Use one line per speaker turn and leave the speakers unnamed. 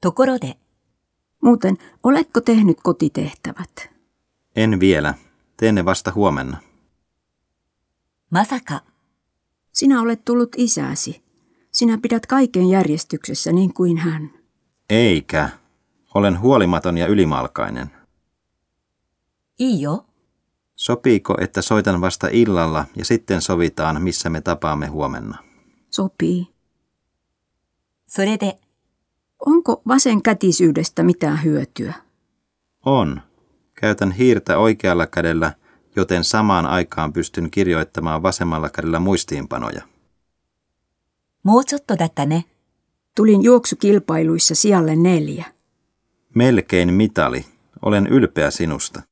ところで、
Muuten, oletko tehnyt kotitehtävät?
En vielä. Teen ne vasta huomenna.
まさか、
Sinä olet tullut isäsi. Sinä pidät kaiken järjestyksessä niin kuin hän.
Eikä. Olen huolimaton ja ylimalkainen.
いいよ。
Sopiiko, että soitan vasta illalla ja sitten sovitaan, missä me tapaamme huomenna?
Sopii.
それで、
Onko vasen kätisyydestä mitään hyötyä?
On. Käytän hiirtä oikealla kädellä, joten samaan aikaan pystyn kirjoittamaan vasemmalla kädellä muistiinpanoja.
もうちょっとだったね。
Tulin juoksukilpailuissa sijalle neljä.
Melkein mitali. Olen ylpeä sinusta.